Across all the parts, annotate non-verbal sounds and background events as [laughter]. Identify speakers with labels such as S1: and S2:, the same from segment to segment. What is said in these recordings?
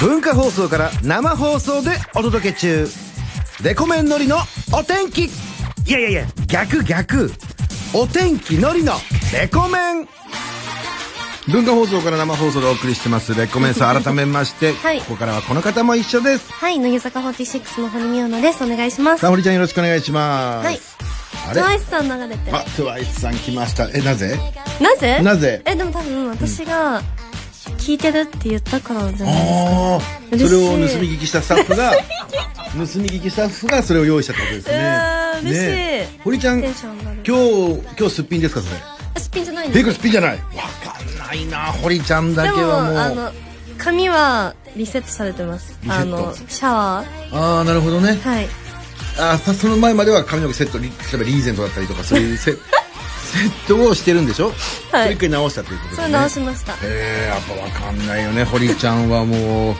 S1: 文化放送から生放送でお届け中レコメンのりのお天気いやいやいや逆逆お天気のりのレコメン文化放送から生放送でお送りしてますレコメンさん改めまして、
S2: はい
S1: ここ [laughs] からはこの方も一緒です
S2: はい、乃木坂46の堀美央奈です。お願いします。
S1: さあ
S2: は
S1: 堀ちゃんよろしくお願いします
S2: い。
S1: あれ
S2: トワイスさん流れてる。
S1: あトゥワイスさん来ましたえなぜ
S2: なぜ
S1: なぜ
S2: え、でも多分私が、聞いてるって言ったからじゃない
S1: ああそ
S2: 嬉しい
S1: れを盗み聞きしたスタッフ
S2: [laughs]
S1: が盗み聞きスタッフがそれを用意したってことですね
S2: うわー嬉しい
S1: え堀ちゃん
S2: テ
S1: 今
S2: ンション上がる
S1: 日今日すっぴんですかそれ
S2: すっぴんじゃないん [laughs]
S1: え
S2: で
S1: これ
S2: す
S1: すっぴんじゃないわかんないな堀ちゃんだ
S2: で
S1: け
S2: も、あ
S1: はもう
S2: の、髪はリセットされてます。
S1: リセット
S2: あの、シャワ
S1: ああなるほどね
S2: ーはい。
S1: あーさその前までは髪の毛セットリ例えばリーゼントだったりとかそういう
S2: [laughs]
S1: セセットをしてるんでしょ、
S2: はい
S1: それ一回直したということで、ね、
S2: それ直しました。
S1: えー、やっぱわかんないよね堀ちゃんはもう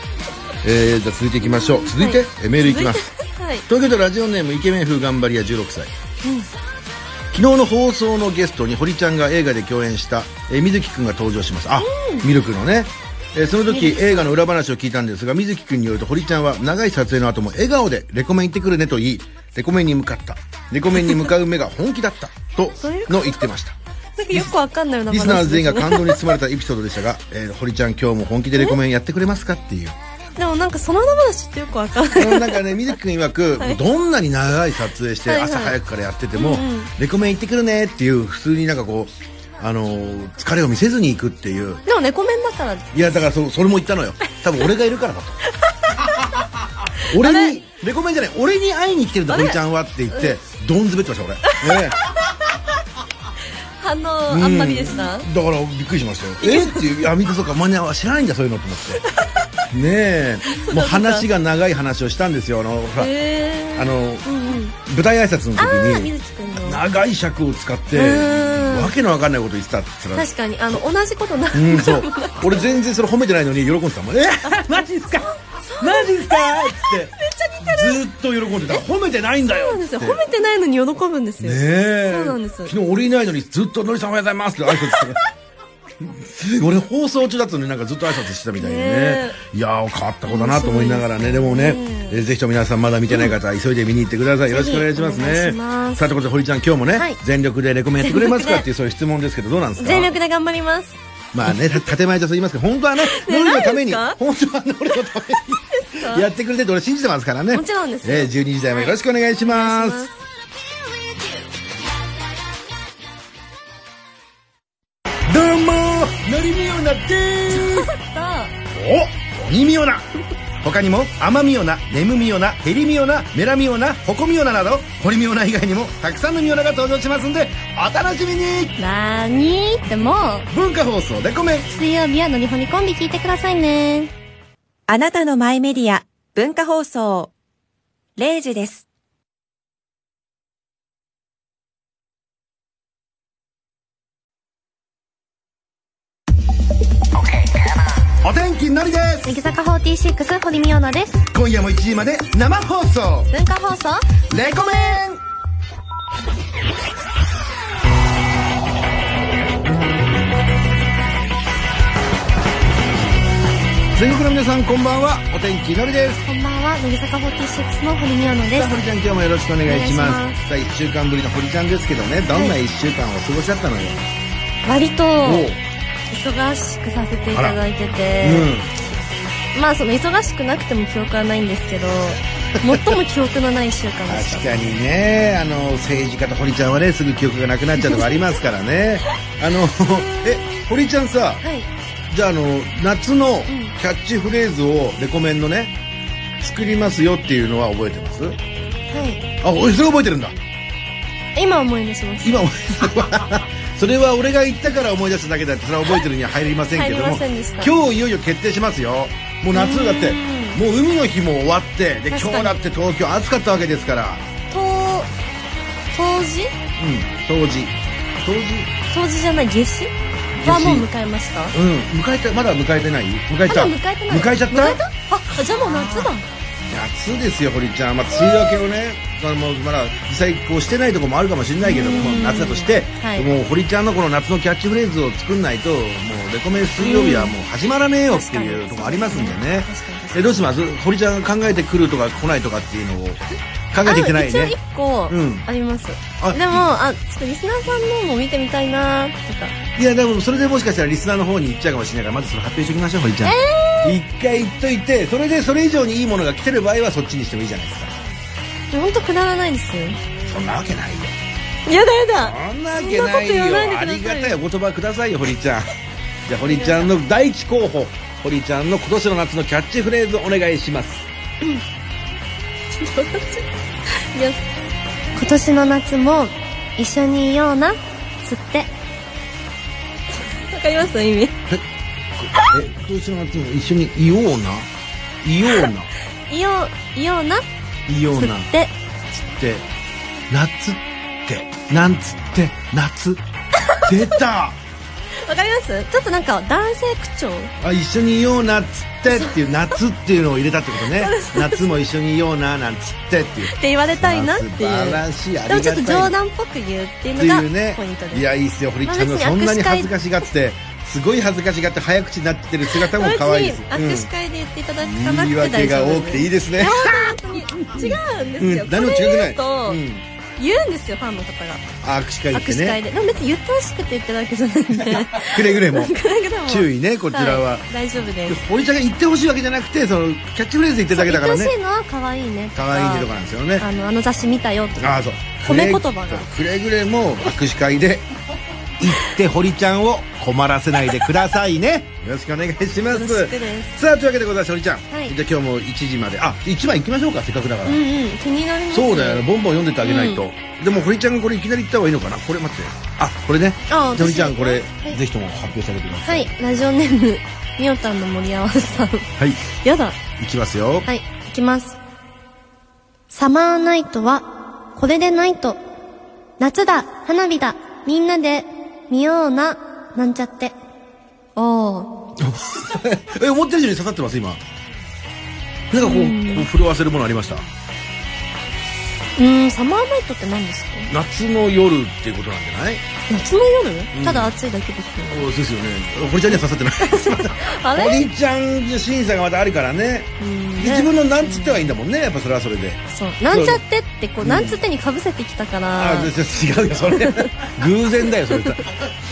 S1: えー、じゃあ続いていきましょう続いて、
S2: はい
S1: えメールいきます
S2: 続いてはい。
S1: 東京都ラジオネームイケメン風頑張り屋16歳、昨日の放送のゲストに堀ちゃんが映画で共演した、えー、水木くんが登場しますあ、ミルクのね、えーその時映画の裏話を聞いたんですが水木くんによると堀ちゃんは長い撮影の後も笑顔で「レコメン行ってくるね」と言いレコメンに向かったレコメンに向かう目が本気だ
S2: [laughs]
S1: ったと
S2: どういうこと
S1: の言ってました
S2: なんかよくわかんないような
S1: リスナー全員が
S2: で
S1: 感動に包まれたエピソードでしたが、えー堀ちゃん今日も本気でレコメンやってくれますかっていう
S2: でもなんかその裏話ってよくわか
S1: [laughs]
S2: んない。
S1: なんかね、水木くん曰く、どんなに長い撮影して、
S2: はいはい
S1: 朝早くからやってても、
S2: うんうん
S1: レコメン行ってくるねっていう、普通になんかこう、あのー疲れを見せずに行くっていう。
S2: でも猫面だから、
S1: いや、だからそ、それも言ったのよ。多分俺がいるからだと。俺に、レコメンじゃない、俺に会いに来てるんだ、
S2: あれ
S1: 堀ちゃんはって言って、ドンズベってました、
S2: [laughs]
S1: 俺。ね
S2: 反応あんまりでした、
S1: うんだからびっくりしましたよえっていういやみんなそうかマニアは知らないんだそういうのと思ってねえもう話が長い話をしたんですよあのほら
S2: へー
S1: あの
S2: うんうん
S1: 舞台挨拶の
S2: あー
S1: 時に
S2: 水木くんの
S1: 長い尺を使って
S2: うん
S1: わけのわかんないこと言ってたって言ったら
S2: 確かにあの同じことな
S1: うんそう俺全然それ褒めてないのに喜んでた
S2: [laughs]
S1: もん「えーマジっすかマジっすか?」っつってずーっと喜んでた褒めてないんだ
S2: そう
S1: よ
S2: な
S1: っ
S2: んです
S1: つっ
S2: よ
S1: て
S2: 褒めてないのに喜ぶんですよ、
S1: ねえ
S2: そうなんです
S1: 昨日俺いないのにずっと「のりさんおはようございます」って挨拶して俺放送中だったのになんかずっと挨拶してたみたいでね
S2: ねえ
S1: いやー変わった子だなと思いながらねでもね、えーぜひとも皆さんまだ見てない方は急いで見に行ってくださいよろしくお願いします
S2: お願い
S1: ね
S2: します
S1: さあということで堀ちゃん今日もね、
S2: はい
S1: 全力でレコメンやってくれますか
S2: 全力で
S1: っていうそういう質問ですけどどうなんですか
S2: 全力で頑張ります
S1: まあねた建前上そう言いますけど本当はねノリのために
S2: な
S1: 本
S2: ん
S1: 当はノリのために [laughs] やってくれてると俺信じてますからね
S2: もちろんですよ
S1: えー、12時台もよろしくお願いします、どうものりみよな
S2: [laughs]
S1: ですお鬼みよな他にも甘みよな眠みよなヘリみよなメラみよなホコみよななど堀みよな以外にもたくさんのみよなが登場しますんでお楽しみに
S2: なーにーってもう
S1: 文化放送でコメン
S2: 水曜日はのりほにコンビ聞いてくださいね
S3: あなたのマイメディア、文化放送。0時です。
S1: お天気のりです
S2: 乃木坂46堀美央奈です
S1: 今夜も1時まで生放送
S2: 文化放送
S1: レコメン全国の皆さんこんばんはお天気のりです
S2: こんばんは乃木坂46の堀美央奈で
S1: さあ
S2: す
S1: 堀ちゃん今日もよろしくお願いします
S2: お願いし
S1: さあ1週間ぶりの堀ちゃんですけどねどんな1週間をお過ごしだったのよ、
S2: 割と
S1: おう
S2: 忙しくさせていただいてて、まあその忙しくなくても記憶はないんですけど最も記憶のない1週間
S1: [laughs]
S2: でした
S1: 確かにねあの政治家と堀ちゃんはねすぐ記憶がなくなっちゃうとかありますからねあの [laughs] え堀ちゃんさ
S2: はい
S1: じゃああの夏のキャッチフレーズをレコメンのね作りますよっていうのは覚えてます
S2: は
S1: あおそれ覚えてるんだ
S2: い今思い出しました
S1: 今 [laughs] 思いそれは俺が言ったから思い出しただけだってそれは覚えてるには入りませんけど
S2: 入り
S1: も
S2: ませんでした
S1: 今日いよいよ決定しますよもう夏だってもう海の日も終わってで今
S2: 確かに
S1: 日だって東京暑かったわけですから
S2: と冬至
S1: うん冬至冬至
S2: 冬至じゃない夏至はもう迎えました
S1: うん迎えたまだ迎えてない迎え
S2: ま
S1: た
S2: だ迎えてない
S1: 迎えちゃった
S2: あじゃあもう夏だ
S1: 夏ですよ堀ちゃん、まあ、梅雨明けをねそのもうまだ実際こうしてないとこもあるかもしれないけども夏だとして、
S2: はい
S1: もう堀ちゃんのこの夏のキャッチフレーズを作んないともうのレコメン水曜日はもう始まらねえよっていうとこありますんでね
S2: 確かに確か
S1: え
S2: に
S1: どうします堀ちゃんが考えてくるとか来ないとかっていうのを考えていけない
S2: あ一応
S1: ね
S2: 一個
S1: うん
S2: あります、
S1: あ
S2: でもあちょっとリスナーさんのも見てみたいなとか
S1: いやでもそれでもしかしたらリスナーの方に行っちゃうかもしれないからまずそれ発表しておきましょう堀ちゃん、一回言っといてそれでそれ以上にいいものが来てる場合はそっちにしてもいいじゃないですか
S2: 本当くだらないですよ
S1: そんなわけないよ
S2: やだやだ
S1: そんなわけないよ
S2: そんなこと言わない
S1: あ
S2: で
S1: り
S2: くだ
S1: が
S2: さい
S1: たいお言葉くださいよ堀ち [laughs] ゃんじゃあ堀ちゃんの第一候補堀ちゃんの今年の夏のキャッチフレーズお願いします
S2: いや今年の夏も一緒にいようなつってわかります意味
S1: え今年の夏も一緒にいようないようない
S2: よういようない
S1: よう
S2: つっ
S1: な
S2: て
S1: って [laughs] 夏ってなんつって夏出た
S2: わかりますちょっとなんか男性口調
S1: あ一緒にいようなっつってっていう夏っていうのを入れたってことね夏も一緒にいようななんつってっていう
S2: って言われたいなって
S1: あ素晴
S2: いう
S1: らしいあり
S2: で
S1: が
S2: もち
S1: た
S2: ょ
S1: い
S2: っと冗談っぽく言うって
S1: って
S2: いう
S1: いう
S2: のが
S1: ね
S2: ポイントです、
S1: いやいいっすよ堀ちゃんの
S2: まあ
S1: そん
S2: 別に
S1: なに
S2: 握手会
S1: 恥ずかしがってすごい恥ずかしがって早口になってる姿も
S2: 別
S1: 可愛いで
S2: に
S1: す
S2: 握手会で言っていただか
S1: う、
S2: な
S1: 言い
S2: んくて
S1: 訳
S2: 大丈
S1: が
S2: 夫
S1: 多くていいですね
S2: 違うんで
S1: う
S2: すよ、
S1: ん何も違くない、
S2: こ
S1: う
S2: れ言うんと、言うんですよファンの方が
S1: あ握手会行っ
S2: 握
S1: て
S2: 手
S1: ね
S2: 会で、でも別に言ってほしくて言ってるわけじゃないんで
S1: くれぐれも注
S2: 意
S1: 意ねこちらは、
S2: 大丈夫です
S1: 堀ちゃんが言ってほしいわけじゃなくてそのキャッチフレーズで言ってるだけだから
S2: 言ってほ
S1: ね
S2: しいのは可愛いねとか
S1: 可愛いねとかなんですよね
S2: あのあの雑誌見たよとか
S1: ああそう
S2: 褒め言葉が
S1: くれぐれも握手会で行って堀ちゃんを困らせないでくださいねよろしくお願いしま
S2: よろし
S1: す
S2: くです
S1: さあというわけでございます堀ちゃん、
S2: はい
S1: じゃあ今日も1時まであ1番行きましょうかせっかくだから、
S2: うんうん気になります
S1: そうだよねボンボン読んでってあげないと、でも堀ちゃんがこれいきなり言った方がいいのかなこれ待ってあこれね
S2: あ
S1: 堀ちゃんこれ、
S2: い
S1: ぜひとも発表してあげてくださ
S2: はいいラジオネームみおたんの森合わせさん
S1: はい、
S2: やだ
S1: いきますよ、
S2: はい、いきます。サマーナイトは、これでナイト。夏だ、花火だ、みんなで、見ような、なんちゃって。おー。
S1: え思ってる以上に刺さってます今なんかこうこう震わせるものありました
S2: うーん、サマーナイトって何ですか
S1: 夏の夜っていうことなんじゃない
S2: 夏の夜、
S1: ん
S2: ただ暑いだけですよね。
S1: そうですよね堀ちゃんには刺さってない
S2: [laughs] あれ
S1: 堀ちゃんの審査がまたあるからね
S2: うん
S1: で自分のなんつってはいいんだもんねやっぱそれはそれで
S2: そう。なんちゃってって、こう、なんつってに被せてきたから。
S1: あじゃ違うよそ
S2: [laughs]
S1: れ偶然だよそれ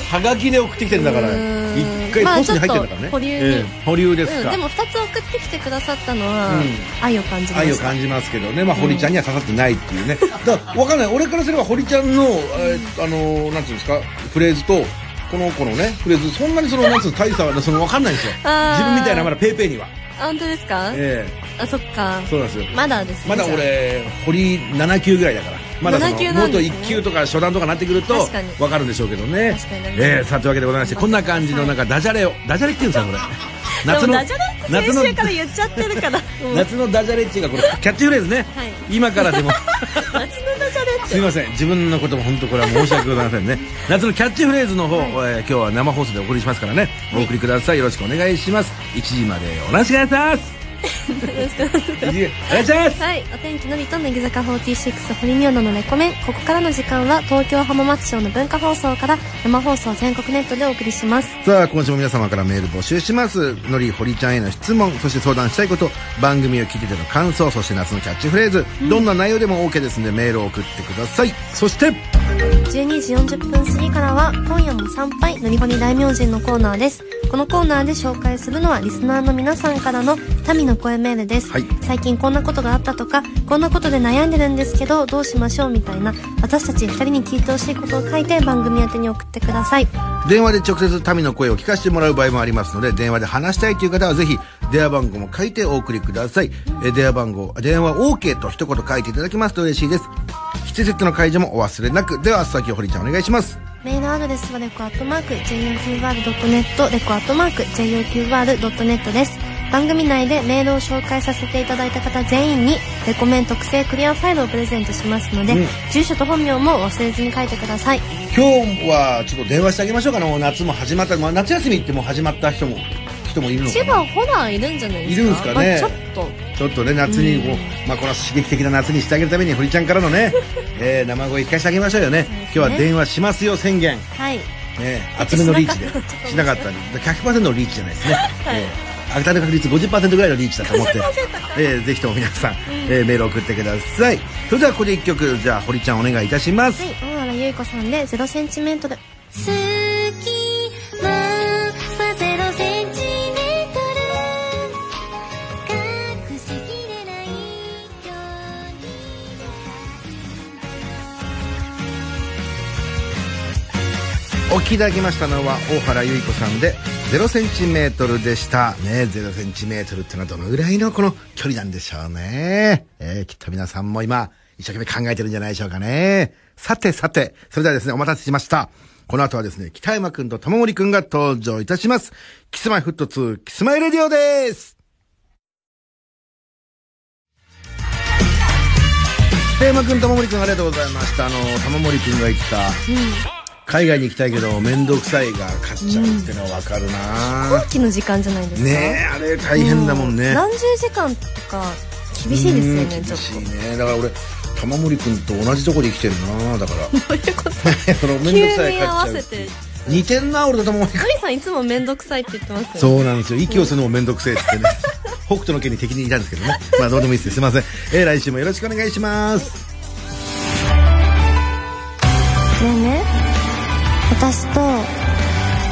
S1: はがきで送ってきてるんだから
S2: うーん
S1: 一回ポストに入ってるんだからね、
S2: まあちょっと保留に
S1: ええ保留です
S2: うん、
S1: か、
S2: でも二つ送ってきてくださったのは、
S1: うん
S2: 愛を感じま
S1: 愛を
S2: した。
S1: 感じますけどね、まあ、堀ちゃんには刺さってないって
S2: [laughs]
S1: いうね、だから分かんない俺からすれば堀ちゃんの、えーあのーなんていうんですかフレーズとこの子のねフレーズそんなにそのなんつうの大差はその分かんないんですよ
S2: あー
S1: 自分みたいなまだペーペーには
S2: あ、本当ですか、
S1: え
S2: あ、そっか
S1: え。そうなんですよ
S2: まだですね。
S1: まだ
S2: じゃあ
S1: 俺堀7級ぐらいだからまだその
S2: 7級なん
S1: 元
S2: ですね
S1: 1級とか初段とかなってくると
S2: 確かに
S1: 分かるんでしょうけどね
S2: 確かに
S1: ええさあというわけでございましてこんな感じのなんかダジャレをダジャレっていうんですかこれ
S2: [laughs] でもダジャレって
S1: 夏の
S2: 先週から言っちゃって
S1: [laughs]
S2: るからもう夏
S1: 夏のダジャレっていうかこれキャッチフレーズね、
S2: はい
S1: 今から
S2: [laughs]
S1: でも
S2: のダジャレっ
S1: すい
S2: て
S1: ません自分のことも本当これは申し訳ございませんね夏のキャッチフレーズの方、えー今日は生放送でお送りしますからねお送りくださいよろしくお願いします1時までお話しくださ
S2: [laughs]
S1: い1時お願いします [laughs]
S2: はいお天気のりと乃木坂46堀美央奈のレコメンここからの時間は東京浜松町の文化放送から生放送全国ネットでお送りします
S1: さあ今週も皆様からメール募集しますのりほりちゃんへの質問そして相談したいこと番組を聞いてての感想そして夏のキャッチフレーズ、どんな内容でも OK ですんでメールを送ってくださいそして
S2: 12時40分過ぎからは今夜も参拝のりほり大名人のコーナーですこのコーナーで紹介するのはリスナーの皆さんからの民の声メールです、
S1: はい
S2: 最近こんなことがあったとかこんなことで悩んでるんですけどどうしましょうみたいな私たち2人に聞いてほしいことを書いて番組宛てに送ってください
S1: 電話で直接民の声を聞かせてもらう場合もありますので電話で話したいという方はぜひ電話番号も書いてお送りください、え電話番号電話 OK と一言書いていただきますと嬉しいです7セットの解除もお忘れなくでは先ほりちゃんお願いします
S2: メールアドレスはレコアットマーク JOQR.net レコアットマーク JOQR.net です番組内でメールを紹介させていただいた方全員にレコメン特製クリアファイルをプレゼントしますので、
S1: うん
S2: 住所と本名も忘れずに書いてください
S1: 今日はちょっと電話してあげましょうかなもう夏も始まった、まあ、夏休みってもう始まった人も人もいるのか
S2: 千
S1: な
S2: 葉ホラーいるんじゃないですか
S1: いるんすかね
S2: まあ、ちょっと
S1: ちょっとね夏にこう、まあ、この刺激的な夏にしてあげるために堀ちゃんからのね、えー生声聞かせてあげましょうよね
S2: すね
S1: 今日は電話しますよ宣言
S2: はい
S1: ね、厚めのリーチ [laughs] でしなかったんで100%のリーチじゃない [laughs] ですね、えー当たる確率50%ぐらいのリーチだと [laughs] 思って、えーぜひとも皆さん、えーメール送ってくださいそれではここで1曲じゃあ堀ちゃんお願いいたします、
S2: はい、大原ゆい子さんでゼロセンチメートル。
S4: 隙間はゼロセンチメートル隠しきれない距離
S1: お聴きいただきましたのは大原由子さんで0センチメートルでしたね0センチメートルってのはどのぐらいのこの距離なんでしょうね、えーきっと皆さんも今一生懸命考えてるんじゃないでしょうかねさてさてそれではですねお待たせしましたこの後はですね北山くんと玉森くんが登場いたしますキスマイフット2キスマイレディオですテーマ君、玉森君ありがとうございました。あの、玉森君が言った、海外に行きたいけど、面倒くさいが勝っちゃうってのはわかるな、
S2: 後期の時間じゃないですか。
S1: ねえ、あれ大変だもんね。
S2: 何十時間とか、厳しいですよ
S1: う
S2: ね、
S1: ん
S2: ちょ
S1: 厳
S2: っ
S1: しいね。だから俺、玉森君と同じとこで生きてるなだ
S2: [laughs]
S1: から。
S2: と。どういうこと
S1: その面倒
S2: 急
S1: くさい
S2: に
S1: が
S2: 合わ
S1: 勝っちゃ
S2: せ
S1: う。
S2: て。
S1: 似てんな、俺と玉森君。
S2: クリさんいつもめんどくさいって言ってますよね。
S1: そうなんですよ。息をするのもめんどくせえってね。 [laughs] 北斗の家に敵にいたんですけどね。まあどうでもいいです。すいません。えー来週もよろしくお願いします。
S2: ねえね私と、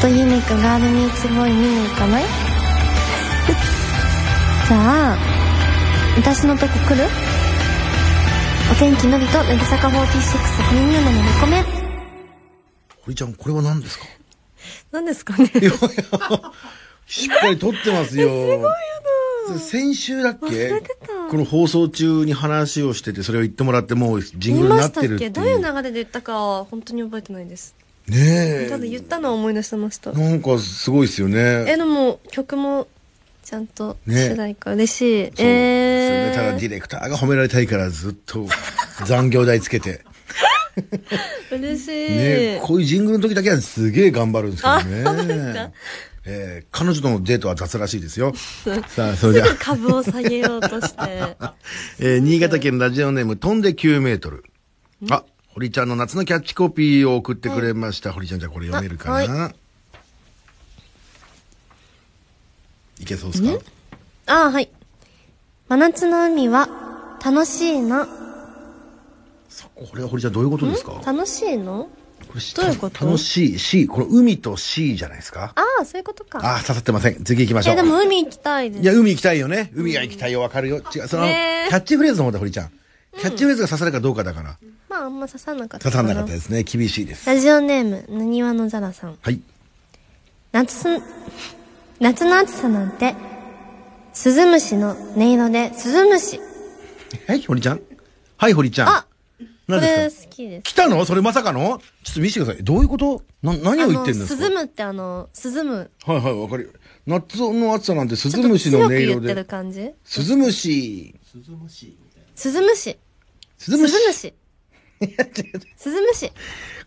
S2: とユニクガールミーツボーイ見に行かない [laughs] じゃあ、私のとこ来るお天気のりと、乃木坂46、コミニューナのレコメン。
S1: 堀ちゃん、これは何ですか
S2: 何ですかね
S1: いやいや、しっかり撮ってますよ。すごいよな先週だっけ
S2: 忘れてた
S1: この放送中に話をしてて、それを言ってもらって、もうジング
S2: [laughs] 言い
S1: ルに
S2: ま
S1: なっ
S2: したって
S1: るってい
S2: け
S1: う。
S2: どういう流れで言ったかは本当に覚えてないです。
S1: ね
S2: ただ言っ
S1: え。
S2: たのは思い出してました。
S1: なんかすごいですよ
S2: え、
S1: ね。
S2: でも曲もちゃんと
S1: ね
S2: 主題歌嬉しい。
S1: そう
S2: え
S1: それでただディレクターが褒められたいからずっと残業代つけて。
S2: ー、嬉しい。
S1: ねこういうジングルの時だけはすげえ頑張るんですけどね。
S2: あそうですか
S1: えー彼女とのデートは雑らしいですよ。さあ、それでは。
S2: 株を下げようと [laughs] して。
S1: えー新潟県ラジオネーム、飛んで9メートル。あ、堀ちゃんの夏のキャッチコピーを送ってくれました。堀ちゃん、じゃあこれ読めるかな、い、けそうですか
S2: あー、はい。真夏の海は楽しいな。
S1: これは堀ちゃんどういうことですかこ
S2: 楽しいの
S1: れし
S2: どういうこと
S1: 楽しい、し、この海と C じゃないですか
S2: ああ、そういうことか。
S1: あー、刺さってません。次行きましょう。
S2: え、でも海行きたいです。
S1: いや、海行きたいよね。海が行きたいよ、わかるよ。違う、その、
S2: ねえ
S1: キャッチフレーズの方だ、堀ちゃん。キャッチフレーズが刺さるかどうかだから。
S2: まあ、あんま刺さなかった
S1: 刺さんなかったですね。厳しいです。
S2: ラジオネーム、なにわのざらさん。
S1: はい。
S2: 夏す、夏の暑さなんて、スズムシの音色で、スズムシ。
S1: はい、堀ちゃん。はい、堀ちゃん。
S2: あこ
S1: 何
S2: れ
S1: ですか
S2: 好きです。
S1: 来たのそれまさかのちょっと見せてください。どういうことな、何を言ってんですか
S2: あの、涼むってあの、涼む。
S1: はいはい、わかるよ。夏の暑さなんて、ス
S2: ち
S1: ズ
S2: ょっ
S1: ム
S2: と
S1: シの
S2: 強
S1: 音
S2: く言
S1: 色
S2: ってる
S1: で。
S2: 感じ
S1: スズムシ。
S2: スズムシ。
S1: ス
S2: ス
S1: ズ
S2: ズム
S1: ムシ。 [laughs]
S2: シ。スズムシ。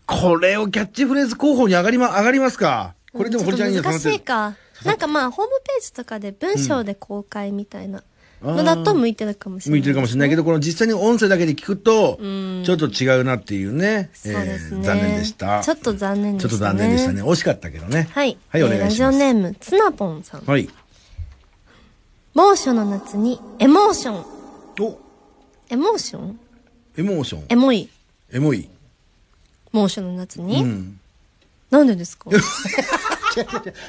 S1: これをキャッチフレーズ候補に上がりま、上がりますかこれでも堀ちゃんに
S2: う
S1: は
S2: んちょっと難し
S1: 刺さ
S2: い
S1: ってる
S2: か。なんかまあ、ホームページとかで文章で公開みたいな
S1: うん
S2: のだと向いてるかもしれな
S1: 向
S2: い。
S1: いてるかもしれないけど、この実際に音声だけで聞くと、ちょっと違うなっていうね。
S2: そうです
S1: え
S2: ね。
S1: ー残念でした。
S2: ちょっと残念で
S1: ち
S2: し
S1: ょ
S2: た
S1: っ
S2: ね。
S1: と残念でしたね。。惜しかったけどね。
S2: はい。
S1: はい、
S2: えー
S1: お願いし
S2: ラ
S1: ま
S2: ジ
S1: す。
S2: オネーム、ツナポンさん。
S1: はい。
S2: 猛暑の夏に、エモーション。
S1: お、
S2: エモーション
S1: エモーション。
S2: エモい。
S1: エモい。
S2: 猛暑の夏に、
S1: うん。
S2: なんでですか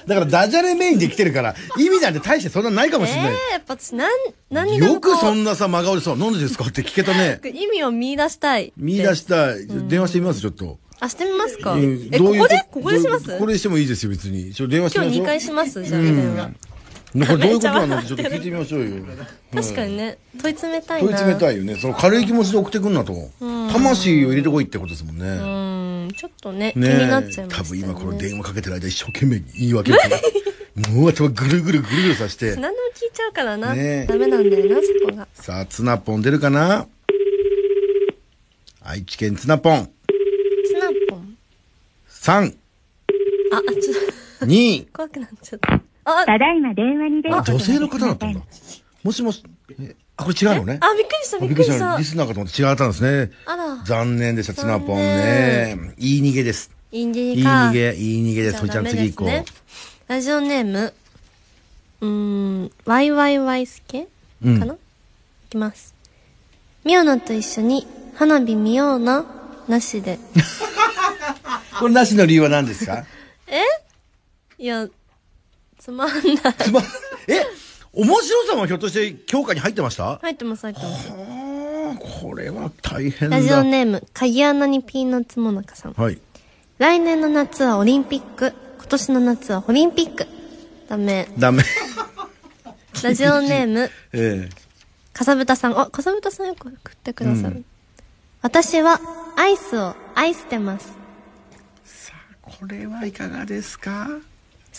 S1: だからダジャレメインで来てるから、意味なんて大してそんなないかも
S2: え
S1: しれない。
S2: ー、やっぱ私、なん、何が
S1: よくそんなさ、真顔でさ、なんでですかって聞けた
S2: [laughs]
S1: ね。
S2: 意味を見出したい。
S1: 見出
S2: し。
S1: したい。電話してみます、ちょっと。
S2: あ、してみますか、
S1: うん
S2: え、
S1: ど
S2: こ
S1: ういう
S2: こでここでします
S1: どうこれしてもいいですよ、別に。ちょっと電話して
S2: 今
S1: み
S2: 日
S1: ましょう。
S2: 2回しますじゃあ、電話。
S1: なんかどういうことなの
S2: め
S1: っ
S2: ってち
S1: ち
S2: ゃ
S1: ょっと聞いてみましょうよ。
S2: 確かにね、問い詰めたい
S1: 問い
S2: な。
S1: 詰めたいよね。その軽い気持ちで送ってくんなと。魂を入れてこいってことですもんね。
S2: うーん、ちょっとね、
S1: ね
S2: 気になっちゃいました、ね。
S1: 多分今この電話かけてる間一生懸命言い訳をしてもう頭ぐるぐるぐるぐるさして。
S2: 何でも聞いちゃうからな。
S1: ね
S2: ダメなんだよな、そこが。
S1: さあ、ツナポン出るかな愛知県ツナポン。
S2: スナポン。
S1: 3、
S2: あ、あ、ちょっと、
S1: 2、
S2: 怖くなっちゃった。あ、
S5: ただいま電話に出る
S1: あ、
S5: ことが
S1: 女
S5: できませ
S1: 性
S5: ん
S1: の方だったんだ。もしもし、えあ、これ違うのね。
S2: あ、びっくりした、
S1: あ
S2: びっくりし
S1: び
S2: た
S1: リ。スナーかと思って違ったんですね。
S2: あら
S1: 残念でした、ツナポン
S2: 残
S1: ね。いい逃げです。
S2: いい逃
S1: い
S2: げ
S1: い
S2: か。
S1: 逃げ、いい逃げです。とちゃん次行こ
S2: じゃあダメ
S1: う
S2: で。すねラジオネーム、うーん、ワイワイワイスケかな、
S1: うん
S2: いきます。ミオナと一緒に花火見ような、なしで。
S1: これなしの理由は何ですか
S2: いや、つまんない。
S1: つま、 [laughs] え面白さもひょっとして強化に入ってました
S2: 入ってます、入ってます。
S1: あーこれは大変だ。
S2: ラジオネーム、鍵穴にピーナッツもなかさん。
S1: はい。
S2: 来年の夏はオリンピック。今年の夏はホリンピック。ダメ。
S1: ダメ。 [laughs]
S2: ラジオネーム、
S1: ええ
S2: かさぶたさん。あ、かさぶたさんよく送ってくださる。私はアイスを愛してます。
S1: これはいかがですか
S2: 好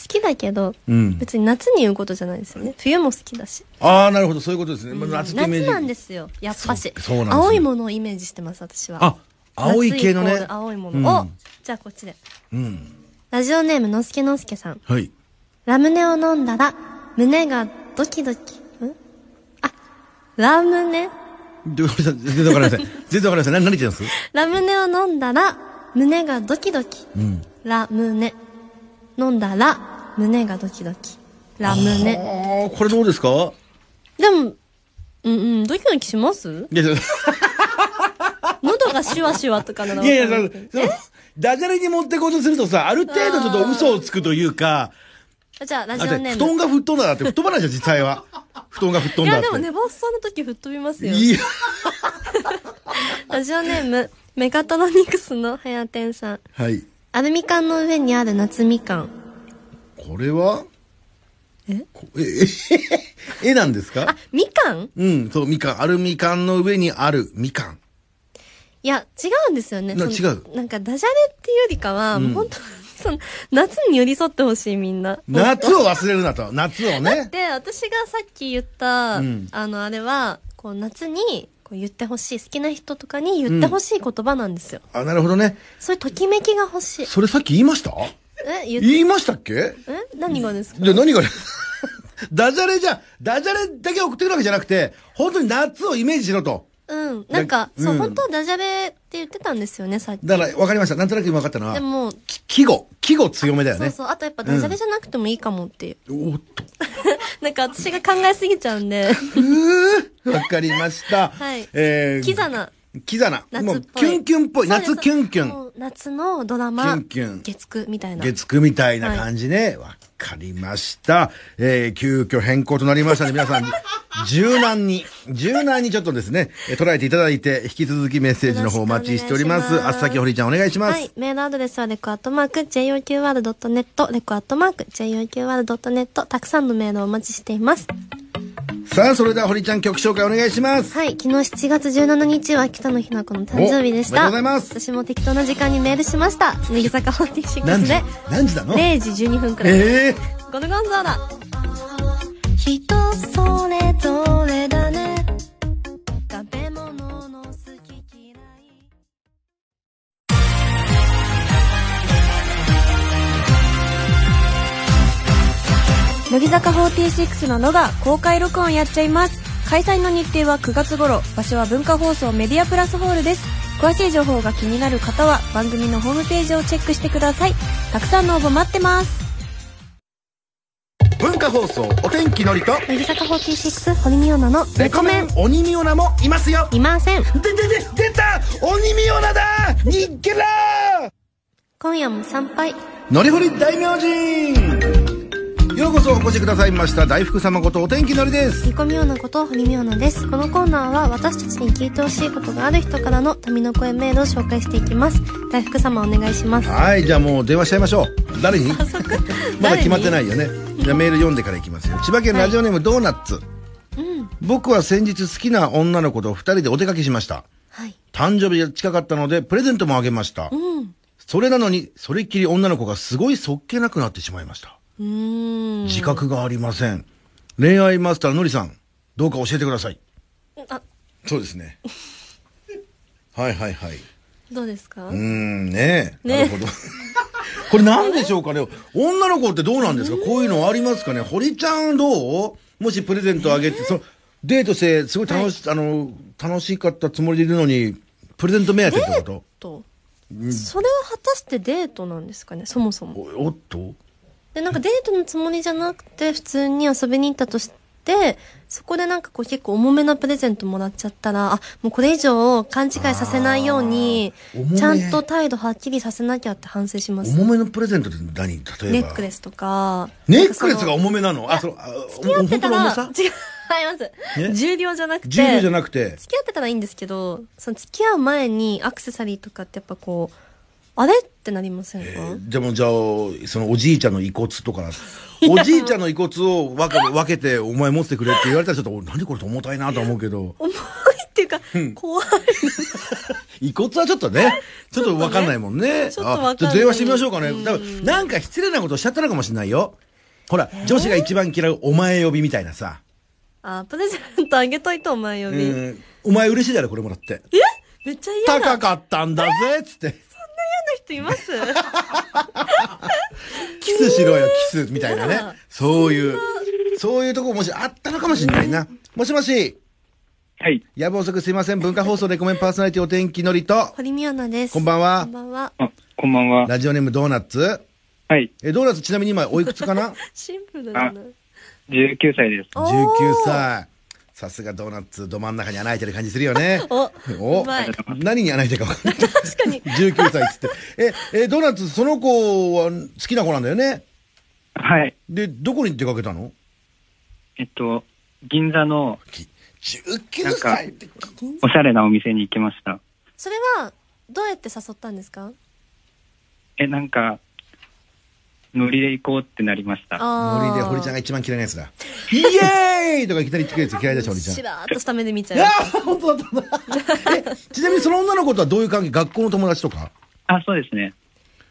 S2: きだけど、
S1: うん
S2: 別に夏に言うことじゃないですよね。冬も好きだし。
S1: ああ、なるほど。そういうことですね。まあ夏ってイメー
S2: 夏
S1: ジ。
S2: なんですよ。やっぱし。
S1: そうそうなんですよ
S2: 青いものをイメージしてます、私は。
S1: あ、青い系の
S2: 夏
S1: ね
S2: イコール。青いもの。
S1: う
S2: を
S1: ん
S2: じゃあこっちで。
S1: うん。
S2: ラジオネーム、のすけのすけさん。
S1: はい。
S2: ラムネを飲んだら、胸がドキドキ。んあ、ラムネ
S1: どうごめんなさい全然わからない。全然わからない。何何言ってます
S2: ラムネを飲んだら、胸がドキドキ。
S1: うん。
S2: ラムネ。飲んだら、胸がドキドキ。ラムネ。
S1: ああ、これどうですか
S2: でも、うんうん、ドキドキします
S1: いや、いや、
S2: 喉がシュワシュワとかならわ
S1: い
S2: かる
S1: や、そのそのダジャレに持ってこうとするとさ、ある程度ちょっと嘘をつくというか、
S2: じゃあ、ラ
S1: だっ
S2: ジオ
S1: て
S2: ネ
S1: 布
S2: ー
S1: 団
S2: ム。
S1: が吹っ飛んだだって、吹っ飛ばないじゃん、実際
S2: [laughs]
S1: は。布団が吹っ飛
S2: い
S1: んだ
S2: や、
S1: って
S2: で。も寝坊しそうな時吹っ飛びますよ。
S1: いや、
S2: ラジオネーム、メガトロニクスのハヤテンさん。
S1: はい。
S2: アルミ缶の上にある夏みかん。
S1: これは
S2: え
S1: こえ、え、絵なんですか
S2: みかん
S1: うん、そう、みかん。アルミ缶の上にあるみかん。
S2: いや、違うんですよね。
S1: な
S2: その
S1: 違う
S2: なんか、ダジャレっていうよりかは、もう本当 [laughs] に、その、夏に寄り添ってほしい、みんな。
S1: 夏を忘れるなと。夏をね。
S2: で、私がさっき言った、
S1: うん
S2: あの、あれは、こう、夏に、こう言ってほしい、好きな人とかに言ってほしい言葉なんですよ。
S1: あ、なるほどね。
S2: そういうときめきが欲しい。
S1: それさっき言いました
S2: え、言っ
S1: 言いましたっけ
S2: え何がですか
S1: じゃあ何が [laughs] ダジャレじゃ、ダジャレだけ送ってくるわけじゃなくて、本当に夏をイメージしろと。
S2: うん。なんか、
S1: うん
S2: そう、本当はダジャレって言ってたんですよね、さっき。
S1: だから、わかりました。なんとなく今分かったのは、
S2: でも、
S1: き季語。季語強めだよ
S2: そう
S1: ね。
S2: そう、あとやっぱダジャレじゃなくてもいいかもっていう。
S1: おーっと。
S2: なんか私が考えすぎちゃうんで、
S1: うー [laughs] わかりました。
S2: はい
S1: えー、
S2: キザ。な。
S1: キザな。
S2: 夏っぽ
S1: も
S2: い
S1: う、キュンキュンっぽい。
S2: そうです
S1: 夏キュンキュン。
S2: もう夏のドラマ、
S1: キュンキュン
S2: 月9みたいな。
S1: 月9みたいな感じね。わ、かりました。えー、急遽変更となりましたので、皆さん、 [laughs] 柔軟に、柔軟にちょっとですね、えー捉えていただいて、引き続きメッセージの方お待ちしております。
S2: よろしくお願いします
S1: あっさきほりちゃんお願いします。
S2: はい。メールアドレスはレコアットマーク、joqr.net、レコアットマーク、joqr.net、たくさんのメールをお待ちしています。
S1: さあ、それでは堀ちゃん曲紹介お願いします。
S2: はい。昨日7月17日は北野日向子の誕生日でした。
S1: おおめでとうございます
S2: 私も適当な時間にメールしました。乃木坂46
S1: 何時
S2: [laughs] で、
S1: 何時なの
S2: 0時12分くらい。
S1: ええ
S2: ゴルゴンゾーラ。
S4: 人それぞれだね
S2: 食べ物の好き嫌い。
S3: 乃木坂46ののが公開録音やっちゃいます開催の日程は9月頃場所は文化放送メディアプラスホールです詳しい情報が気になる方は番組のホームページをチェックしてくださいたくさんの応募待ってます
S1: 文化放送、お天気のりと、
S2: 乃木坂46、堀美央奈の
S1: レコメン、鬼ミオナもいますよ
S2: いません。
S1: で、で、で、出た鬼ミオナだにっけらー
S2: 今夜も参拝。
S1: のりほり大名人ようこそお越しくださいました大福様ことお天気のりです
S2: ニコミオナこと堀美央奈です。このコーナーは私たちに聞いてほしいことがある人からの民の声メールを紹介していきます。大福様お願いします。
S1: はいじゃあもう電話しちゃいましょう誰に
S2: 早速。
S1: まだ決まってないいよねじゃあメール読んでからいきますよ千葉県ラジオネームドーナッツ、僕は先日好きな女の子と二人でお出かけしました
S2: はい。
S1: 誕生日が近かったのでプレゼントもあげました、
S2: うん。
S1: それなのにそれっきり女の子がすごいそっけなくなってしまいました
S2: うーん。
S1: 自覚がありません恋愛マスターのりさんどうか教えてください
S2: あ、
S1: そうです [laughs] ねはいはいはい
S2: どうですか、
S1: うーんねえ。
S2: ね
S1: なるほど。 [laughs] これ何でしょうかね女の子ってどうなんですかこういうのありますかね堀ちゃんどうもしプレゼントあげて、その、デートして、すごい楽し、あの、楽しかったつもりでいるのに、プレゼント目当てってこと
S2: と。
S1: うん
S2: それは果たしてデートなんですかねそもそも
S1: おおっと
S2: でなんかデートのつもりじゃなくて普通に遊びに行ったとしてそこでなんかこう結構重めなプレゼントもらっちゃったらあもうこれ以上勘違いさせないように
S1: あー重め
S2: ちゃんと態度はっきりさせなきゃって反省します
S1: 重めのプレゼントって何例えば
S2: ネックレスとか
S1: ネックレスが
S2: 重
S1: 重めなのあ、その、あ
S2: 付き合ってたら
S1: 本当の重さ
S2: 違います重量じゃなくて
S1: 重量じゃなくて。
S2: 付き合ってたらいいんですけどその付き合う前にアクセサリーとかってやっぱこうあれってなりませんか、
S1: でもじゃあ、そのおじいちゃんの遺骨とか、おじいちゃんの遺骨を分け分けて、お前持ってくれって言われたらちょっと、お何これ重たいなと思うけど、
S2: 重いっていうか、怖い
S1: [laughs] 遺骨はちょっとね、 [laughs] ちょっと分かんないもんね。
S2: ちょっとねちょっとわかんない
S1: あじゃあ電話してみましょうかね。多分なんか失礼なことしちゃったのかもしれないよ。ほら、女子が一番嫌うお前呼びみたいなさ。
S2: あプレゼントあげといてお前よ
S1: う
S2: り、
S1: ん。お前嬉しいだろ、これもらって。
S2: めっちゃ嫌な
S1: 高かったんだぜつって。
S2: 人います
S1: キスしろよ、キス、みたいなね
S2: うわ。
S1: そういう、そういうとこもしあったのかもしれないな。もしもし、
S5: はい。
S1: 夜遅くすいません。文化放送レコメンパーソナリティお天気のりと、
S2: [laughs] 堀美アナです
S1: こんばんは
S2: こんばんは
S5: あ、こんばんは。
S1: ラジオネームドーナツ。
S5: はい。
S1: え、ドーナツちなみに今おいくつかな
S2: シンプルだな
S5: 19歳です。
S2: おー
S1: ?19 歳。さすがドーナツ、ど真ん中に穴開いてる感じするよね。
S2: お
S1: お
S2: [laughs] うまい
S1: 何に穴開いてるか分かんない。
S2: 確かに
S1: 19歳っつって。え、え、ドーナツ、その子は好きな子なんだよね。
S5: はい。
S1: で、どこに出かけたの
S5: えっと、銀座の
S1: き ?19 歳って。
S5: おしゃれなお店に行きました。
S2: それはどうやって誘ったんですか
S5: え、なんか、ノリで行こうってなりました。
S2: あ
S1: ノリで堀ちゃん
S2: が
S1: が一番嫌いなやつだ。イエーイとかいきなり言ってくるやつ嫌いだし、堀ちゃん。
S2: し
S1: い
S2: らーっとした目で見ち
S1: や
S2: ゃう
S1: ー、本当だったな。え、ちなみにその女の子とはどういう関係学校の友達とか
S5: あ、そうですね。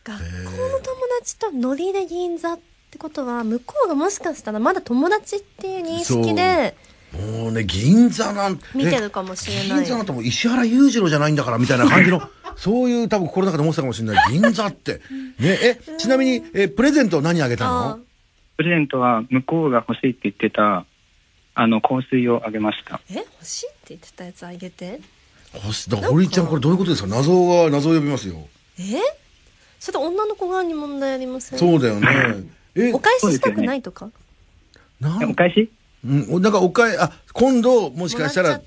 S2: 学校の友達とノリで銀座ってことは向こうがもしかしたらまだ友達っていう認識で
S1: もうね、銀座なんて。
S2: 見てるかもしれない
S1: 銀座なんてもう石原裕次郎じゃないんだからみたいな感じ
S2: [laughs]
S1: の、そういう多分心の中で思ってたかもしれない。銀座って。ね、え、ちなみに、え、プレゼント何あげた
S2: あ
S1: の
S5: プレゼントは向こうが欲しいって言ってた、あの、香水をあげました。
S2: ーえ欲しいって言ってたやつあげて
S1: ほしだから堀ちゃんこれどういうことですか謎が、謎を呼びますよ。
S2: えそれ女の子側に問題ありません
S1: そうだよね。え
S2: お、返ししたくないとか、
S1: な
S5: え
S1: ん
S5: お返し
S1: うん、おなんかおかえ、あ、今度、もし
S2: もら
S1: か
S2: っ
S1: し
S2: ちゃ
S1: た
S2: っ
S1: ら、
S2: て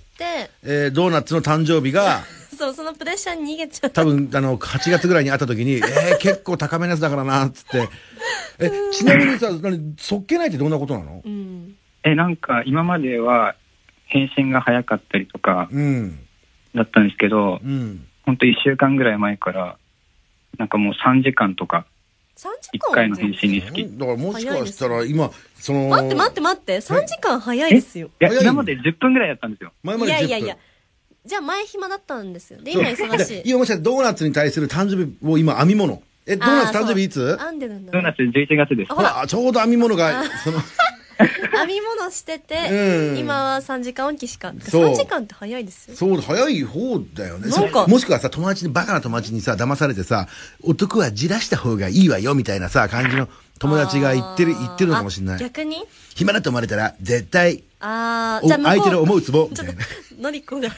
S1: えードーナツの誕生日が、
S2: そうそのプレッシャーに逃げちゃう
S1: 多分、あの、8月ぐらいに会った時に、えー、結構高めのやつだからな、つって。え、ちなみにさ、何、そっけないってどんなことなの
S2: うん
S5: え、なんか今までは返信が早かったりとか
S1: うん。
S5: だったんですけど
S1: う、ん。
S5: ほんと1週間ぐらい前から、なんかもう3時間とか、
S2: 3時
S5: 1
S2: 間
S5: 回の返信に好き。
S1: だからもしかしたら、今、その、
S2: 待って待って待って3時間早いですよ
S5: いや、
S1: 早い
S5: 今まで10分ぐらいだったんですよ。
S1: 前
S2: い
S1: まで10
S2: や
S1: 分。
S2: いやいやじゃあ前暇だったんですよで今忙しい
S1: 今もしかしたらドーナツに対する誕生日を今、編み物。え、ドーナツ誕生日い
S2: あー
S1: つ
S2: そう編んでるんだ
S5: ドーナツ11月です
S2: あ。
S1: ほら、ちょうど編み物が、その、
S2: 編み物してて、
S1: うん
S2: 今は3時間おきしか
S1: そう
S2: 3時間って早いですよ
S1: そう、早い方だよね。
S2: なんか
S1: そもしくはさ、友達に、バカな友達にさ、騙されてさ、男はじらした方がいいわよ、みたいなさ、感じの友達が言ってる、
S2: あー
S1: 言ってるのかもしれな
S2: あ
S1: い。
S2: 逆に
S1: 暇だと思われたら、絶対、
S2: ああ
S1: お
S2: じゃあ向こう
S1: 相手の
S2: [laughs]
S1: 思うツボ、み
S2: ち
S1: た
S2: ょ
S1: い
S2: っと
S1: な。、
S2: のりこが。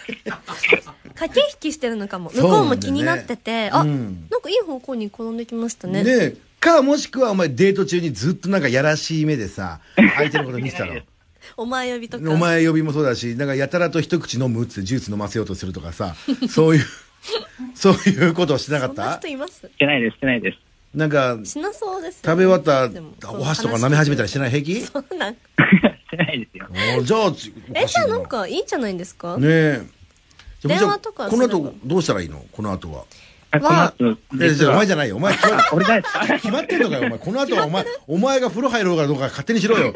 S2: 駆け引きしてるのかも。向
S1: そうなんだよ
S2: こ
S1: ね
S2: うも気になってて、あ、
S1: うん
S2: なんかいい方向に転んできましたね。
S1: ねえか、もしくはお前デート中にずっとなんかやらしい目で
S2: [laughs]
S1: さ、相手のこと見てたの。
S2: お前呼びとか。
S1: お前呼びもそうだし、なんかやたらと一口飲むっつってジュース飲ませようとするとかさ、そう
S2: [laughs]
S1: いう、そういうことをしてなか
S2: そ
S1: っ
S2: んな
S1: た
S2: 人います
S5: してないです、してないです。
S1: なんか、
S2: しなそうです、ね。
S1: 食べ終わった
S2: でも
S1: お箸とか舐め始めたりしてない平気
S2: そうなん
S5: してないですよ。
S1: おじゃあつ、お
S2: え、
S1: かしい
S2: じゃあなんかいいんじゃないんですか、
S1: ねえ。じゃあ
S2: 電話とか
S1: この
S2: すれば
S1: 後、どうしたらいいのこの後は。
S5: あこ
S2: わあ
S5: の後、
S1: え、じ
S5: 実
S1: ゃあお前
S5: は、
S1: じゃないよ。お前、決ま
S5: あ俺じゃないですか
S1: 決まってんのかよ、お前。この後はお前、お前が風呂入ろうかどうか勝手にしろよ。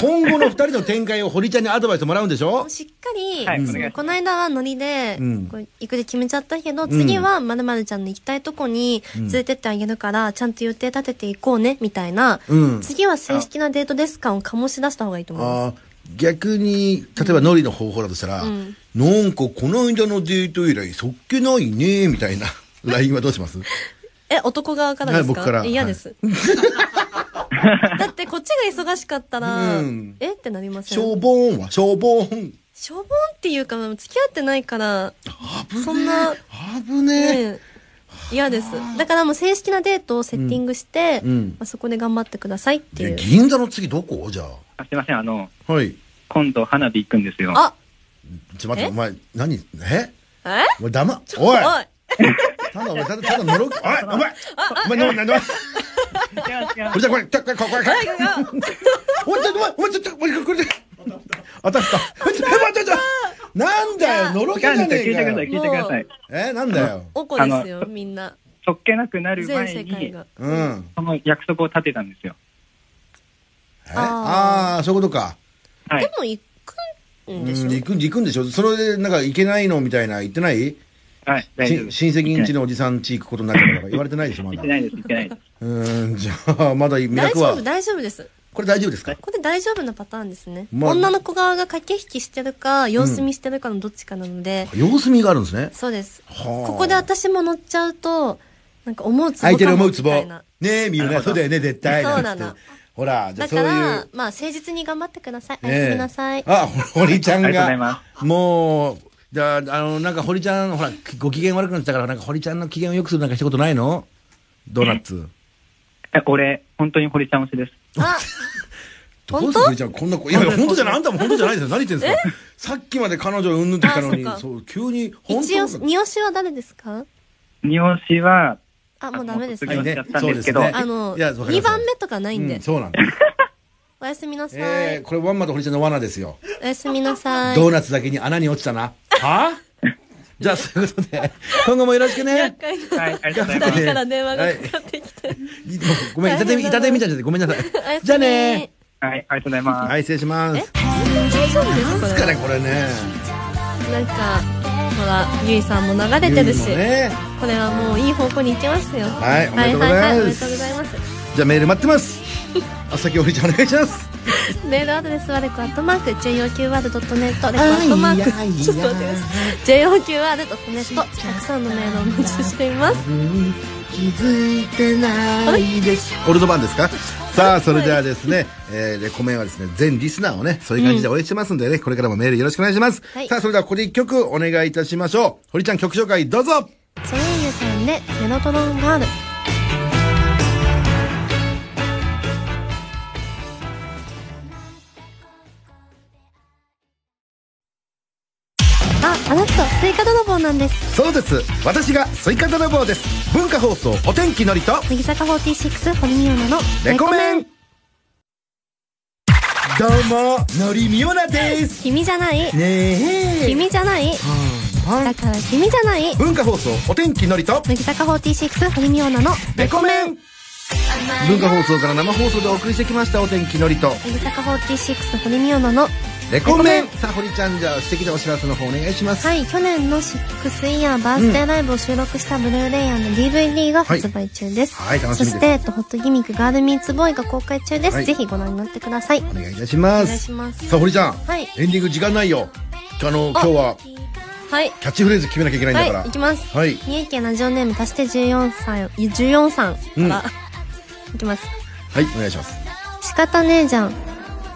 S1: 今後の二人の展開を堀ちゃんにアドバイスもらうんでしょ
S2: しっかり、
S5: はい
S2: そ
S5: お願いしま
S2: の
S5: す
S2: この間はノリで、
S1: うん
S2: こう行くで決めちゃったけど、次はまるまるちゃんの行きたいとこに連れてってあげるから、ちゃんと予定立てていこうね、みたいな、
S1: うん
S2: 次は正式なデートです感を醸し出した方がいいと思います。
S1: あー逆に、例えばノリの方法だとしたら、
S2: ん
S1: なんかこの間のデート以来、そっけないね、みたいな。LINE はどうします
S2: え、男側からです
S1: は
S2: か、
S1: い僕から
S2: え嫌です。 [laughs] だってこっちが忙しかったら、
S1: うん
S2: えってなりませ
S1: し
S2: ん
S1: ょぼーんは、しょぼーん。
S2: しょぼんっていうか、付き合ってないから、そんな、ね
S1: 危ねえ。
S2: え嫌です。だからもう正式なデートをセッティングして、
S1: うんうん
S2: まあ、そこで頑張ってくださいってい
S1: え
S2: う。
S1: 銀座の次どこじゃ
S5: あすいません、あの、
S1: あ。はい。
S5: 今度花火行くんですよ。
S3: あ
S1: ちょ、待って、
S3: え
S1: お前、何え
S3: え
S1: お前、黙、おい
S3: おい
S1: ただ、お前、ただ、ただ、のろく、おい、お前お前、お前、お前、お前、
S5: 違う違う
S1: これじゃ、これ、これ、これ、これ、これ、これ、お前、ちょっと、お前、ちょっと、お前、これ、当たった。え、待って、待って、なんだよ、のろけ
S5: 違
S1: じ
S5: うん
S1: ゃ
S5: です
S1: ね
S5: よ。聞いて
S1: え
S5: ください、聞いてください。
S1: かよ。え、なんだよ。
S3: おこですよ、みんな。
S5: そっけなくなる
S3: 全
S5: 前
S3: 世界
S5: に、
S3: が。
S1: うん。
S5: その約束を立てたんですよ。
S1: えああ、そういうことか。
S5: は
S2: で
S5: い。
S2: も行く
S1: うんん、
S2: でしょ、
S1: 行く、行くんでしょそれで、なんか、行けないのみたいな、言ってない
S5: はい、大丈夫
S1: し
S5: です。
S1: 親戚んち
S5: の。
S1: のおじさんち行くことになっちゃうから、言われてないでしょ、ま
S5: 行っ
S1: だ
S5: て。ないです、行ってないです。
S1: うーん、じゃあ、まだ
S2: 大
S1: 脈
S2: 丈
S1: は
S2: 夫、。大丈夫です。
S1: これ大丈夫ですか
S2: これ大丈夫なパターンですね。
S1: まあ
S2: 女の子側が駆け引きしてるか、様子見してるかのどっちかなので、
S1: 様子見があるんですね。
S2: そうです。
S1: はあ
S2: ここで私も乗っちゃうと、なんか思うツボか
S1: 相
S2: も
S1: 手の思うツボ。
S2: みた
S1: ね
S2: いな
S1: え、みゆね。そうだよね、絶対。
S2: そうなの
S1: んつってほら、じゃあ
S2: だ
S1: そう
S2: か
S1: いう。
S2: ら、まあ、誠実に頑張ってください。おやすみなさい。
S1: あ、堀ちゃん
S5: ありがとうござい
S1: が
S5: ま、
S1: もう、じゃあ、あの、なんか堀ちゃん、ほら、ご機嫌悪くなってたから、なんか堀ちゃんの機嫌を良くするなんかしたことないのドーナツ。
S5: え俺、本当に堀ちゃん推しです。
S2: あ、
S1: どうする堀ちゃん、こんな子。いや、本当じゃない。あんたも本当じゃないですよ。何言ってんですか。さっきまで彼女うんぬんって言ったのに
S2: あそっ、か
S1: そう、急に、本
S2: 一
S1: 当
S2: 押し、二押しは誰ですか
S5: 二押しは、
S2: あ、もうダメです
S5: は
S2: か
S5: い
S1: ね
S5: やったんですけど
S1: そうですね
S2: あの、
S1: いやわかりました
S2: 2番目とかないん
S1: う
S2: で
S1: ん。そうなんだ。
S2: おやすみなさ
S1: え
S2: い
S1: ー、。これワンマと堀ちゃんの罠ですよ。
S2: おやすみなさい。
S1: ドーナツだけに穴に落ちたな。はぁじゃあ、そういうことで、今後もよろしくね。
S5: はい、ありがとうござい
S1: だ
S5: ま
S1: ね
S5: す
S3: だ。から電話がかかってきて。
S1: ごめん、いたてみ、いたてみちゃんじゃってごめんなさい。 [laughs] じゃあね。
S5: はい、ありがとうございます。
S1: はい、失礼します。
S3: そうです
S1: だ
S3: こ
S1: からこれね。
S3: れ。なんか、ほら、ゆいさんも流れてるし、
S1: ゆいもね
S3: これはもういい方向に行きますよ。
S1: はいおめでとうございます
S3: ははおめでとうございます。
S1: じゃあメール待ってます。あさきおりちゃんお願いします。
S2: メールアドレスはレコアットマーク JOQR.net レコアットマーク [laughs] ちょっと待ってください JOQR.net たくさんのメールをお待ちしています
S1: 気づいてないです。オルドバンですかさあ、それではですね、えー、レコメンはですね、全リスナーをね、そういう感じで応援してますんでね、これからもメールよろしくお願いします。
S2: はい
S1: さあ、それではここで一曲お願いいたしましょう。堀ちゃん曲紹介どうぞ
S2: ソレイユさんでメロトロンガールあ、あなたスイカ泥棒なんです
S1: そうです。私がスイカ泥棒です。文化放送、お天気のりと、
S2: 乃木坂46堀美央奈の
S1: レコメンどうも、のりみおなです。
S2: 君じゃない
S1: ねえ。
S2: 君じゃない
S1: はんは
S2: だ
S1: ん
S2: から君じゃない
S1: 文化放送、お天気のりと、
S2: 乃木坂46堀美央奈の
S1: レコメン文化放送から生放送でお送りしてきました、お天気のりと、
S2: 乃木坂46堀美央奈の
S1: レコメ
S2: レ
S1: ン
S2: コ
S1: さあ、堀ちゃん、じゃあ、素敵なお知らせの方お願いします。
S2: はい去年の6イヤーバースデーライブを収録したブルーレイヤーの DVD が発売中です、
S1: はいはい楽しみ
S2: そ
S1: です
S2: して、えっと、ホットギミックガールミーツボーイが公開中です、
S1: はい
S2: ぜひご覧になってください
S1: お願いいたしま
S2: お願い
S1: す
S2: し。ます
S1: さあ、堀ちゃん、
S2: はい
S1: エンディング時間ないよ。あの、今日は、
S2: はい
S1: キャッチフレーズ決めなきゃいけないんだ
S2: はい
S1: から。
S2: いきます、
S1: はい
S2: 三重県ラジオネーム足して14さん14さんから、
S1: うん
S2: いきます
S1: はい、お願いします。
S2: 仕方ねえじゃん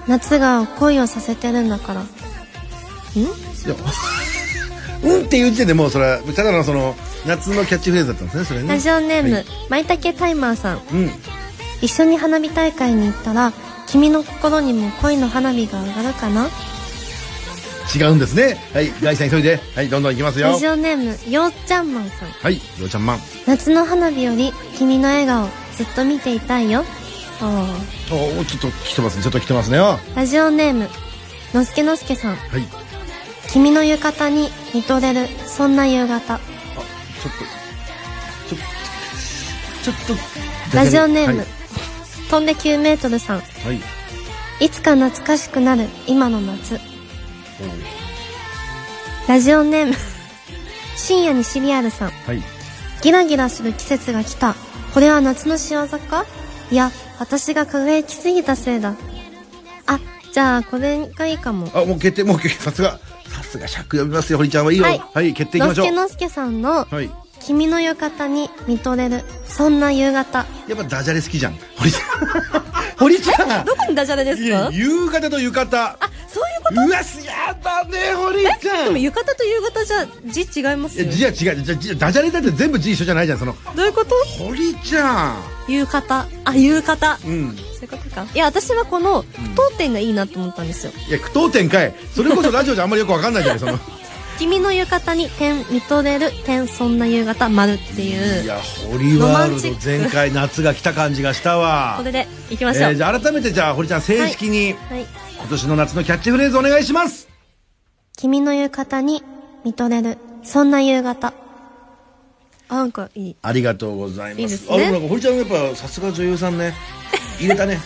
S2: 夏が恋をさせてるんだからん
S1: いやうんっていう時点でもうそれはただのその夏のキャッチフレーズだったんですねそれね
S2: ラジオネーム、
S1: はい
S2: まいたけタイマーさん
S1: うん
S2: 一緒に花火大会に行ったら君の心にも恋の花火が上がるかな
S1: 違うんですねはい大地さん急いではいどんどん行きます
S2: ラ
S1: よ
S2: ジオネームようちゃんまんさん
S1: はいようちゃんマン
S2: 夏の花火より君の笑顔ずっと見ていたいよあ
S1: おおちょっと来てますねちょっと来てますねよは
S2: ーラジオネームのすけのすけさん
S1: い
S2: 君の浴衣に見とれるそんな夕方
S1: あちょっとちょっとちょっと
S2: ラジオネーム、
S1: はい、
S2: 飛んで9メートルさん
S1: はい
S2: いつか懐かしくなる今の夏ラジオネーム深夜にシリアルさん
S1: はい
S2: ギラギラする季節が来たこれは夏の仕業かいや私が輝きすぎたせいだあじゃあこれがいいかも
S1: あもう決定もう決定さすがさすが尺読みますよ堀ちゃんはいいよ
S2: は
S1: はいい、決定いき
S2: の
S1: ますしょ
S2: け
S1: う
S2: のすけさんの
S1: はい
S2: 「君の浴衣に見とれるそんな夕方
S1: やっぱダジャレ好きじゃん堀ちゃん [laughs] 堀ちゃん
S3: どこにダジャレです
S1: いや
S3: か
S1: 夕方と浴衣
S3: そういう
S1: うわすやだね堀ちゃ
S2: で
S1: ん
S2: も
S1: い
S2: 浴衣と夕方じゃ字違います
S1: や
S2: よ
S1: 字は違うじゃじダジャレだって全部字一緒じゃないじゃんその
S2: どういうこと
S1: 堀ちゃん
S2: 夕方あ夕方
S1: うん
S2: そういうことかいや私はこの当店がいいなと思ったんですよ
S1: いや句読点かいそれこそラジオじゃあんまりよくわかんないじゃないその
S2: 君の浴衣に点認める点そんな夕方丸って
S1: い
S2: いう
S1: や堀ワールド前回夏が来た感じがしたわ
S2: これでいきましょう、
S1: えーじゃあ改めてじゃあ堀ちゃん正式に
S2: はい
S1: 今年の夏のキャッチフレーズお願いします
S2: 君の浴衣に認めるそんな夕方あなんかいい [laughs]
S1: ありがとうございます
S2: いいですね
S1: あでもなんか堀ちゃんやっぱさすが女優さんね入れたね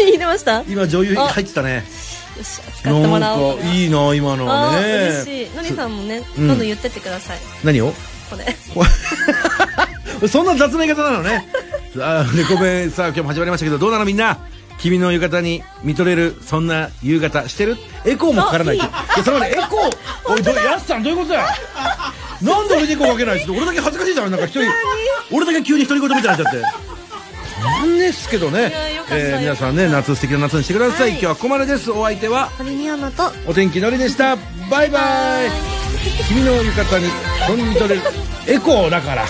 S2: 入れましたよ
S1: 今女優入ってたね
S2: し [laughs] 使ってもらお
S1: な
S2: う
S1: んかいいな今の
S2: あ
S1: はね
S2: ー嬉しいのりさんもね、
S1: うん
S2: どんどん言ってってください
S1: 何を
S2: これ
S1: [laughs]
S2: [laughs]
S1: そんな雑な言い方なのねさあレコメンさあ今日も始まりましたけどどうなのみんな君の浴衣に見とれるそんな夕方してるエコーもかからないけどいやそれまでエコーおいどやすさんどういうことだよなんで俺にエコーかけないっつって俺だけ恥ずかしいじゃんなんか一人俺だけ急に独り言みたいになっちゃってなんですけどね
S2: やよかった
S1: えー皆さんね夏素敵な夏にしてください、
S2: はい
S1: 今日はここまでですお相手は
S2: 堀美山と
S1: お天気のりでしたバイバイ君の浴衣にそんにとれるエコーだから